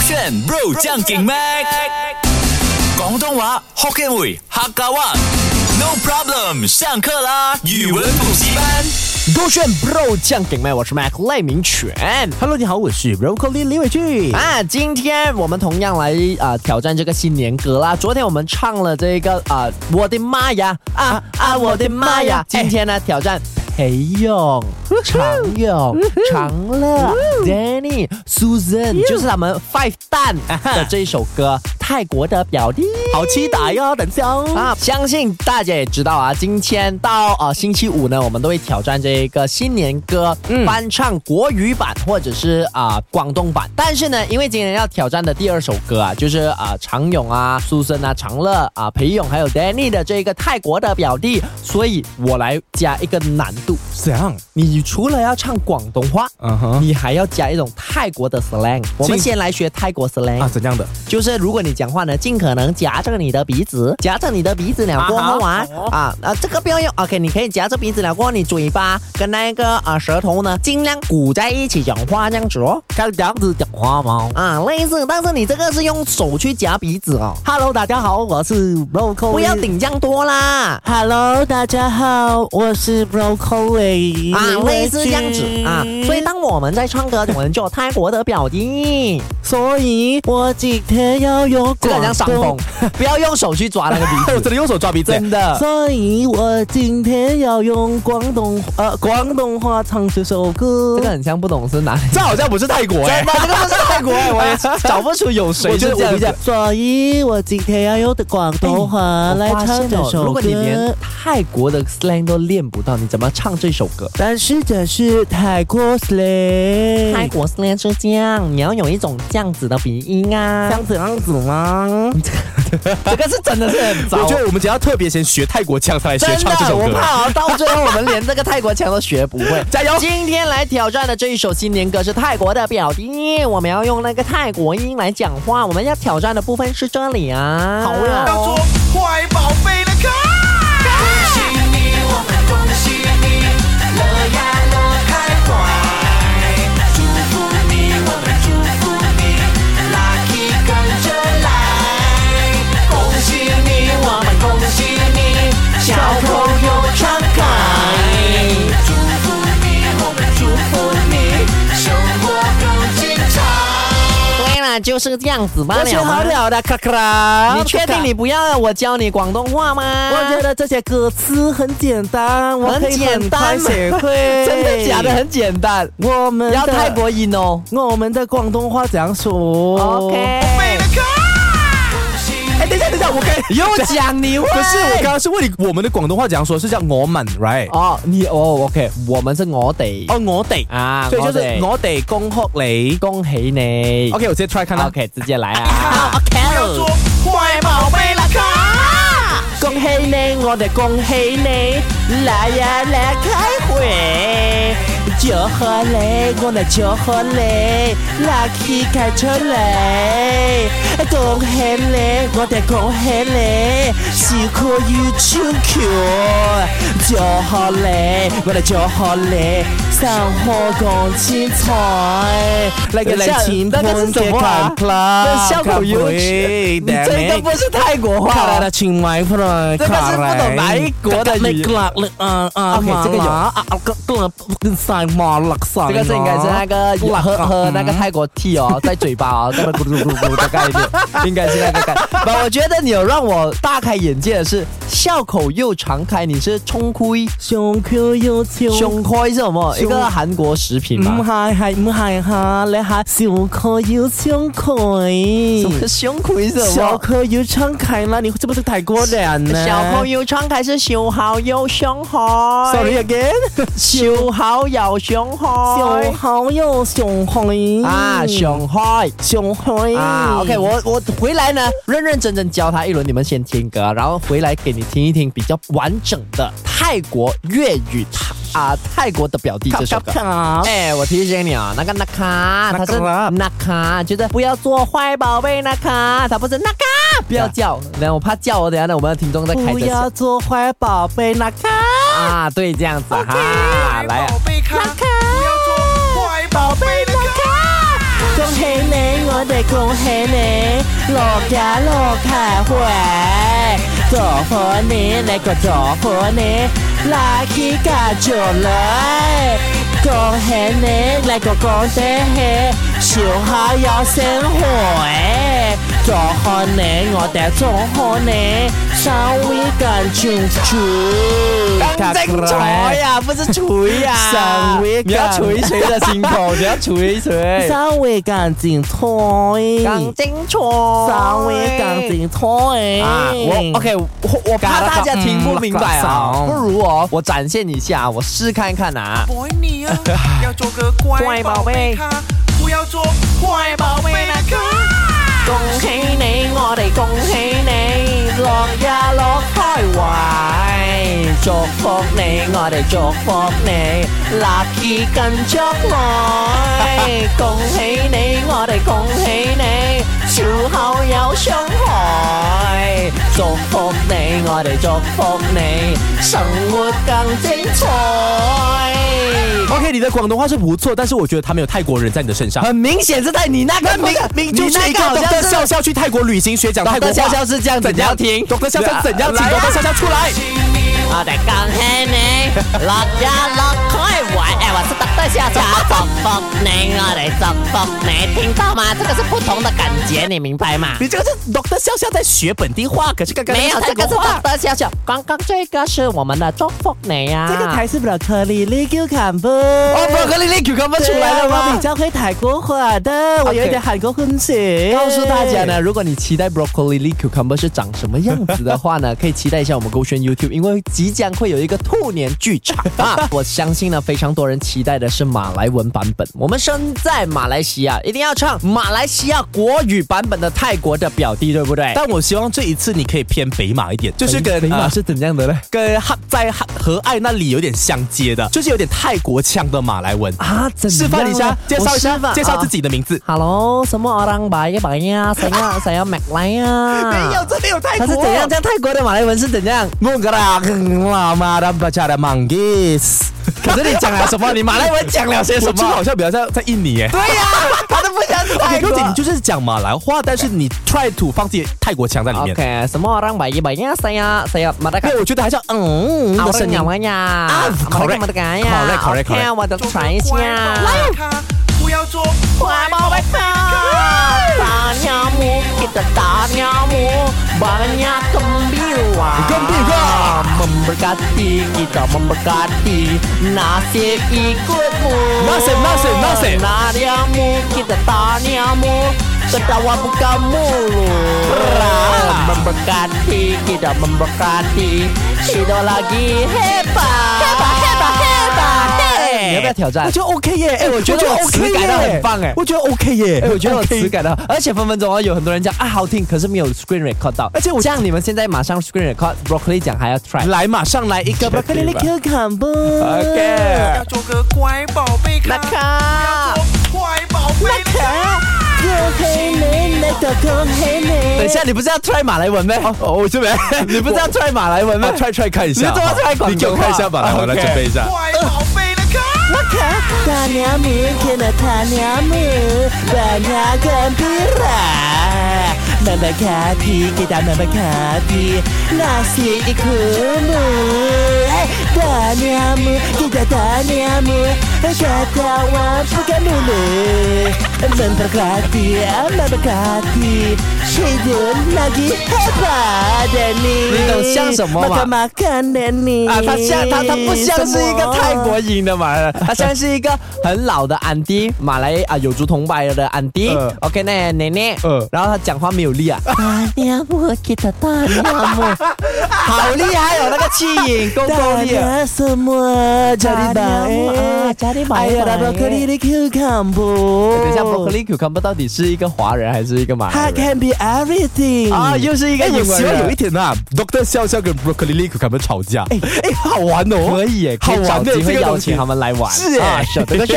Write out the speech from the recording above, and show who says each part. Speaker 1: 选 Bro 将劲 Mac，广东话 Hokkien 语客家话。No problem，上课啦！语文补习班。
Speaker 2: 勾选 Bro 酱顶麦，我是 Mac 赖明全。
Speaker 3: Hello，你好，我是 Broccoli 李伟俊。
Speaker 2: 啊，今天我们同样来啊、呃挑战这个新年歌啦。昨天我们唱了这个啊、呃我的妈呀啊啊我的妈呀！今天呢挑战裴勇、常勇、常乐、Danny、Susan，就是他们 Five 蛋的这一首 歌《泰国的表弟》。
Speaker 3: 好期待哟、等一下哦。
Speaker 2: 啊，相信大家也知道啊，今天到呃星期五呢，我们都会挑战这个新年歌、
Speaker 3: 嗯
Speaker 2: 翻唱国语版或者是啊、广东版。但是呢，因为今天要挑战的第二首歌啊，就是啊、常勇啊、苏森啊、常乐啊、裴勇还有 Danny 的这个泰国的表弟，所以我来加一个难度。
Speaker 3: 怎样？
Speaker 2: 你除了要唱广东话，
Speaker 3: 嗯哼
Speaker 2: 你还要加一种泰国的 slang。我们先来学泰国 slang
Speaker 3: 啊，怎样的？
Speaker 2: 就是如果你讲话呢，尽可能夹着你的鼻子，夹着你的鼻子了过后啊啊啊，这个不要用。OK，你可以夹着鼻子了过后，你嘴巴跟那个啊舌头呢，尽量鼓在一起讲话这样子哦。
Speaker 3: 看这样子讲话吗？
Speaker 2: 啊，类似，但是你这个是用手去夹鼻子哦。
Speaker 3: Hello，大家好，我是 Broccoli。
Speaker 2: 不要。顶这样多啦。啊
Speaker 3: Hello，大家好，我是 Broccoli
Speaker 2: 啊，类似这样子啊，所以当我们在唱歌，我们就有泰国的表弟，
Speaker 3: 所以我今天要用
Speaker 2: 这个很像伤风
Speaker 3: 东，
Speaker 2: 不要用手去抓那个
Speaker 3: 哎，
Speaker 2: 鼻子，
Speaker 3: 我真的用手抓鼻子，
Speaker 2: 真。的。
Speaker 3: 所以我今天要用广东呃广东话唱这首歌。
Speaker 2: 这个很像不懂是哪里，
Speaker 3: 这好像不是泰国哎、
Speaker 2: 真的这个不是泰国，我 也找不出有谁
Speaker 3: 我觉
Speaker 2: 是
Speaker 3: 得
Speaker 2: 这
Speaker 3: 我
Speaker 2: 样
Speaker 3: 比较
Speaker 2: 子。，
Speaker 3: 所以我今天要用的广东
Speaker 2: 哎
Speaker 3: 话来唱这首
Speaker 2: 哦如果你连
Speaker 3: 歌。
Speaker 2: 泰国的 slang 都练不到，你怎么唱这首歌？
Speaker 3: 但是这是泰国 s l a
Speaker 2: 泰国 slang 是这样，你要有一种这样子的鼻音啊。
Speaker 3: 子样子吗？
Speaker 2: 这个是 真的是很糟
Speaker 3: 我觉得我们只要特别先学泰国腔，才来学
Speaker 2: 真
Speaker 3: 唱这
Speaker 2: 的，
Speaker 3: 首
Speaker 2: 我
Speaker 3: 歌。
Speaker 2: 怕到最后我们连这个泰国腔都学不 会。
Speaker 3: 加油！
Speaker 2: 今天来挑战的这一首新年歌是泰国的表弟，我们要用那个泰国音来讲话。我们要挑战的部分是这里啊。好
Speaker 3: 呀
Speaker 4: 当做坏宝贝来看。恭喜你，我们恭喜你，乐呀乐开怀。祝福你，我们祝福你，lucky 跟着来。恭喜你，我们恭喜你，笑口又常开。祝福你，我们祝福你，生活更精彩。
Speaker 2: 对啦，就是这样子罢
Speaker 3: 我
Speaker 2: 了
Speaker 3: 学好
Speaker 2: 嘛。
Speaker 3: 了的，卡卡。
Speaker 2: 你确定你？不要我教你广东话吗？
Speaker 3: 我觉得这些歌词很简单，我可以
Speaker 2: 简
Speaker 3: 很
Speaker 2: 单
Speaker 3: 快
Speaker 2: 嘛。
Speaker 3: 学会
Speaker 2: 真的假的？？很简单，
Speaker 3: 我们
Speaker 2: 要
Speaker 3: 的
Speaker 2: 泰，国音哦。
Speaker 3: 我们的广东话怎样说
Speaker 2: OK，
Speaker 3: 哎，等一下，等一下，我该
Speaker 2: 又讲你会
Speaker 3: 不是，我刚刚是问你，我们的广东话怎样说？是叫我们，right？
Speaker 2: 哦，你哦，OK，我们是我得
Speaker 3: 哦，我哋，
Speaker 2: 啊，
Speaker 3: 所以就是
Speaker 2: 哋
Speaker 3: 我哋恭贺你。
Speaker 2: 恭喜你。
Speaker 3: OK，我直接 try 看啦。
Speaker 2: OK，直接来 啊。
Speaker 4: 做坏宝贝了，卡。
Speaker 2: 恭喜你，我哋恭喜你，来呀来开会。祝贺你，我哋祝贺你，lucky 开出嚟。恭喜你，我哋恭喜你，辛苦 you too cute。祝贺你，我哋祝贺你，生活更精彩。那
Speaker 3: 个像
Speaker 2: 那个是什么、啊？
Speaker 3: 那
Speaker 2: 笑口 U 你这个不是泰国话
Speaker 3: 卡
Speaker 2: 来
Speaker 3: 来
Speaker 2: 的
Speaker 3: 的，。请买回来。
Speaker 2: 这个是不懂哪一国的语言。
Speaker 3: 啊啊
Speaker 2: OK，这个有
Speaker 3: 啊啊，跟跟跟塞马勒萨。
Speaker 2: 这个是应该是那个
Speaker 3: 辣
Speaker 2: 喝
Speaker 3: 啊
Speaker 2: 喝那个泰国 tea 哦，在嘴巴哦，那么咕噜咕噜咕噜的概 念，应该是那个概念。不，我觉得你有让我大开眼界的是，笑口又常开，你是冲亏
Speaker 3: 胸口有笑。
Speaker 2: 胸亏是什么？一
Speaker 3: 胸
Speaker 2: 个韩国食品
Speaker 3: 唔系
Speaker 2: 嘛。
Speaker 3: 系唔系吓，你吓笑口要张
Speaker 2: 什
Speaker 3: 开
Speaker 2: 么，胸亏是什
Speaker 3: 嗯笑
Speaker 2: 么？
Speaker 3: 口要张开啦！你是不是泰国人呢？
Speaker 2: 小口又常开是笑口又胸开
Speaker 3: Sorry again，
Speaker 2: 笑口又胸
Speaker 3: 笑嗯
Speaker 2: 开
Speaker 3: 口又上海
Speaker 2: 啊，胸开。
Speaker 3: 上海
Speaker 2: 啊，OK，我我回来呢，认认真真教他一轮，你们先听歌，然后回来给你听一听比较完整的泰国粤语啊、泰国的表弟这首歌。
Speaker 3: 卡
Speaker 2: 哎，我提醒你啊，那个纳卡，他是纳卡，就是不要做坏宝贝纳卡，他不是纳卡，不要叫，然后我怕叫我，等一下呢，我们的听众在开
Speaker 3: 不
Speaker 2: 着
Speaker 3: 要
Speaker 2: 笑
Speaker 3: 做坏宝贝，那卡
Speaker 2: 啊，对，这样子哈、来、啊
Speaker 4: 宝。贝卡，不要做坏宝贝的卡。
Speaker 3: 恭喜你，我哋恭喜你，落家落開懷，祝福你，呢個祝福你，拉起家族來，恭喜你，呢個恭喜你，小孩有生活。祝賀你，我哋祝賀你，稍微更清楚。，
Speaker 2: 干锤呀，不是锤呀
Speaker 3: 上位
Speaker 2: 你要捶一捶的心口，你要捶一 捶。
Speaker 3: 稍微更精彩，
Speaker 2: 精彩，
Speaker 3: 稍微更精彩。
Speaker 2: 啊！我 OK，我我怕大家听不明白啊，不如哦，我展现一下，我试看看啊。
Speaker 4: 乖你啊，要做个乖宝贝咖，不要做坏宝贝啦咖。
Speaker 3: 恭喜你，我哋恭喜你，樂呀樂開懷，祝福你，我哋祝福你，立意更將來。恭喜你，我哋恭喜你，笑口有傷害。祝福你，我哋祝福你，生活更精彩。
Speaker 5: OK，你的广东话是不错，但是我觉得他没有泰国人在你的身上。
Speaker 2: 很明显是在你那个明明
Speaker 5: 你就是一个
Speaker 2: 好像
Speaker 5: Dr.
Speaker 2: 是
Speaker 5: 笑笑去泰国旅行学讲泰国
Speaker 2: 的
Speaker 5: 话，
Speaker 2: 笑笑是这样子，
Speaker 5: 怎
Speaker 2: 你要
Speaker 5: 样
Speaker 2: 听。
Speaker 5: ？Dr. 笑笑怎样？请
Speaker 2: 来啊
Speaker 5: Dr. 笑笑出来。
Speaker 3: 我哋恭喜你，樂呀樂開懷。哎，我是特特笑笑，祝福你，我哋祝福你，听到吗？这个是不同的感觉，你明白吗？
Speaker 5: 你这个是 Dr. 笑笑在学本地话，可是刚刚
Speaker 3: 没有，
Speaker 5: 那
Speaker 3: 这
Speaker 5: 个
Speaker 3: 个是
Speaker 5: 是泰国
Speaker 3: 特
Speaker 5: 话。
Speaker 3: 特笑笑。刚刚这个是我们的祝福你呀、啊。
Speaker 2: 这个
Speaker 3: 才是 broccoli l i q u c u m b e
Speaker 2: 哦，伯克利利 Q 刚刚出来了吗？
Speaker 3: 较会泰国话的，
Speaker 2: 我有一点
Speaker 3: 韩国混血
Speaker 2: 告诉大家呢，如果你期待 broccoli leaf cucumber 是长什么样子的话呢，可以期待一下我们勾选 YouTube，因为即将会有一个兔年剧场啊！我相信呢，非常多人期待的是马来文版本。我们身在马来西亚，一定要唱马来西亚国语版本的泰国的表弟，对不对？
Speaker 5: 但我希望这一次你可以偏北马一点，就是跟
Speaker 2: 北马
Speaker 5: 呃
Speaker 2: 是怎样的呢？
Speaker 5: 跟哈在哈和爱那里有点相接的，就是有点泰国腔的马来文。
Speaker 2: 啊，怎样
Speaker 5: 示范一下
Speaker 2: 呢，
Speaker 5: 介绍一
Speaker 2: 我
Speaker 5: 下
Speaker 2: 示范，
Speaker 5: 介绍自己的名字。
Speaker 3: Hello，什么 orang baik b a i 呀？谁要谁要 Mac 来呀？
Speaker 5: 没有，这里有泰
Speaker 2: 啊。他
Speaker 5: 国。
Speaker 2: 是怎样？这样泰国的马来文是怎样？可是你讲了什么？你马来文讲了些
Speaker 5: 我
Speaker 2: 什
Speaker 5: 这个好
Speaker 2: 么？
Speaker 5: 像比较像在印尼耶。
Speaker 2: 对呀、他都不想
Speaker 5: 你
Speaker 2: 泰
Speaker 5: 不
Speaker 2: 国。
Speaker 5: 仅就是讲马来话，但是你 try to 放自己泰国腔在里面。
Speaker 3: OK，什么 orang baik b a i 呀？谁要谁要 Mac
Speaker 5: 因为我觉得还是要嗯
Speaker 3: 好
Speaker 5: 的声
Speaker 3: 声
Speaker 5: 音
Speaker 3: 音。呀！啊
Speaker 5: correct，
Speaker 3: 冇得解呀
Speaker 5: correct，correct，
Speaker 3: OK，
Speaker 5: correct
Speaker 3: 我就
Speaker 4: 做个
Speaker 3: 传一下。
Speaker 4: 乖宝贝咖，不要做坏宝贝
Speaker 3: Tanyamu, kita tanyamu, banyak gembira. Gembira. Memberkati, kita memberkati, nasib ikutmu.
Speaker 5: Nasib, nasib, nasib.
Speaker 3: Tanyamu, kita tanyamu, ketawa buka mulut. Memberkati, kita memberkati, tidak lagi hebat. Hebat, hebat, hebat,
Speaker 2: 你要不要挑战
Speaker 5: 我？觉得 OK 耶，哎，我
Speaker 2: 觉得我词
Speaker 5: OK
Speaker 2: 改得
Speaker 5: 耶
Speaker 2: 很棒哎
Speaker 5: 我觉得 OK 耶，
Speaker 2: 哎，我觉得我
Speaker 5: OK
Speaker 2: 词改的，而且分分钟哦，有很多人讲啊好听，可是没有 screen record 到。
Speaker 5: 而且我
Speaker 2: 这样，你们现在马上 screen record broccoli 讲还要 try。
Speaker 5: 来马上来一个 b r o c c o l
Speaker 3: Q 看不
Speaker 5: OK，
Speaker 4: 要做个乖宝贝咖，不要做坏宝贝咖。
Speaker 2: 等一下，你不是要 try 马来文咩？
Speaker 5: 哦，我 这边
Speaker 2: 你不是要 try 马来文咩
Speaker 5: 我 try try 看一下，
Speaker 2: 你怎么 try 广
Speaker 5: 你
Speaker 2: 东话
Speaker 5: 给我看一下马来文来
Speaker 2: OK
Speaker 5: 准备一下。
Speaker 4: 坏宝贝了咖。
Speaker 3: Tanyamu kena tanyamu Banyak gembira Memberkati kita memberkati Nasi ikumu Tanyamu kita tanyamu Ketawa bukan dulu Memberkati memberkati Hidup lagi hebat Denny
Speaker 2: 你懂像什么吗？
Speaker 3: Makan-makan Denny
Speaker 2: 啊，他像他他不像是一个泰
Speaker 3: 什么
Speaker 2: 国音的马来人，他像是一个很老的安迪，马来啊有族同胞的安迪
Speaker 5: 嗯。
Speaker 2: OK，那奶奶
Speaker 5: 嗯，
Speaker 2: 然后他讲话没有力啊，
Speaker 3: Tanyamu kita tanyamu
Speaker 2: 好厉害哦，那个气音够够力 啊。
Speaker 3: Tanya semua jadi
Speaker 2: Tanyamu, ah,
Speaker 3: baik
Speaker 2: jadi baik-baik.
Speaker 3: Ayah dah broccoli di Q kampung
Speaker 2: 等一下，broccoli cucumber 到底是一个华人还是一个马来
Speaker 3: I
Speaker 2: 人？
Speaker 3: can be everything
Speaker 2: 啊，又是一个
Speaker 5: 哎，我
Speaker 2: 英文
Speaker 5: 希望有一
Speaker 2: 人。
Speaker 5: 天啊，Doctor 笑笑跟 Broccoli l i q 他们吵架，哎哎，好玩哦，
Speaker 2: 可以耶，可
Speaker 5: 好
Speaker 2: 以找
Speaker 5: 玩的
Speaker 2: 机
Speaker 5: 这
Speaker 2: 会
Speaker 5: 个
Speaker 2: 邀
Speaker 5: 东西
Speaker 2: 请他。们来玩。
Speaker 5: 是耶
Speaker 2: 啊，小的个圈。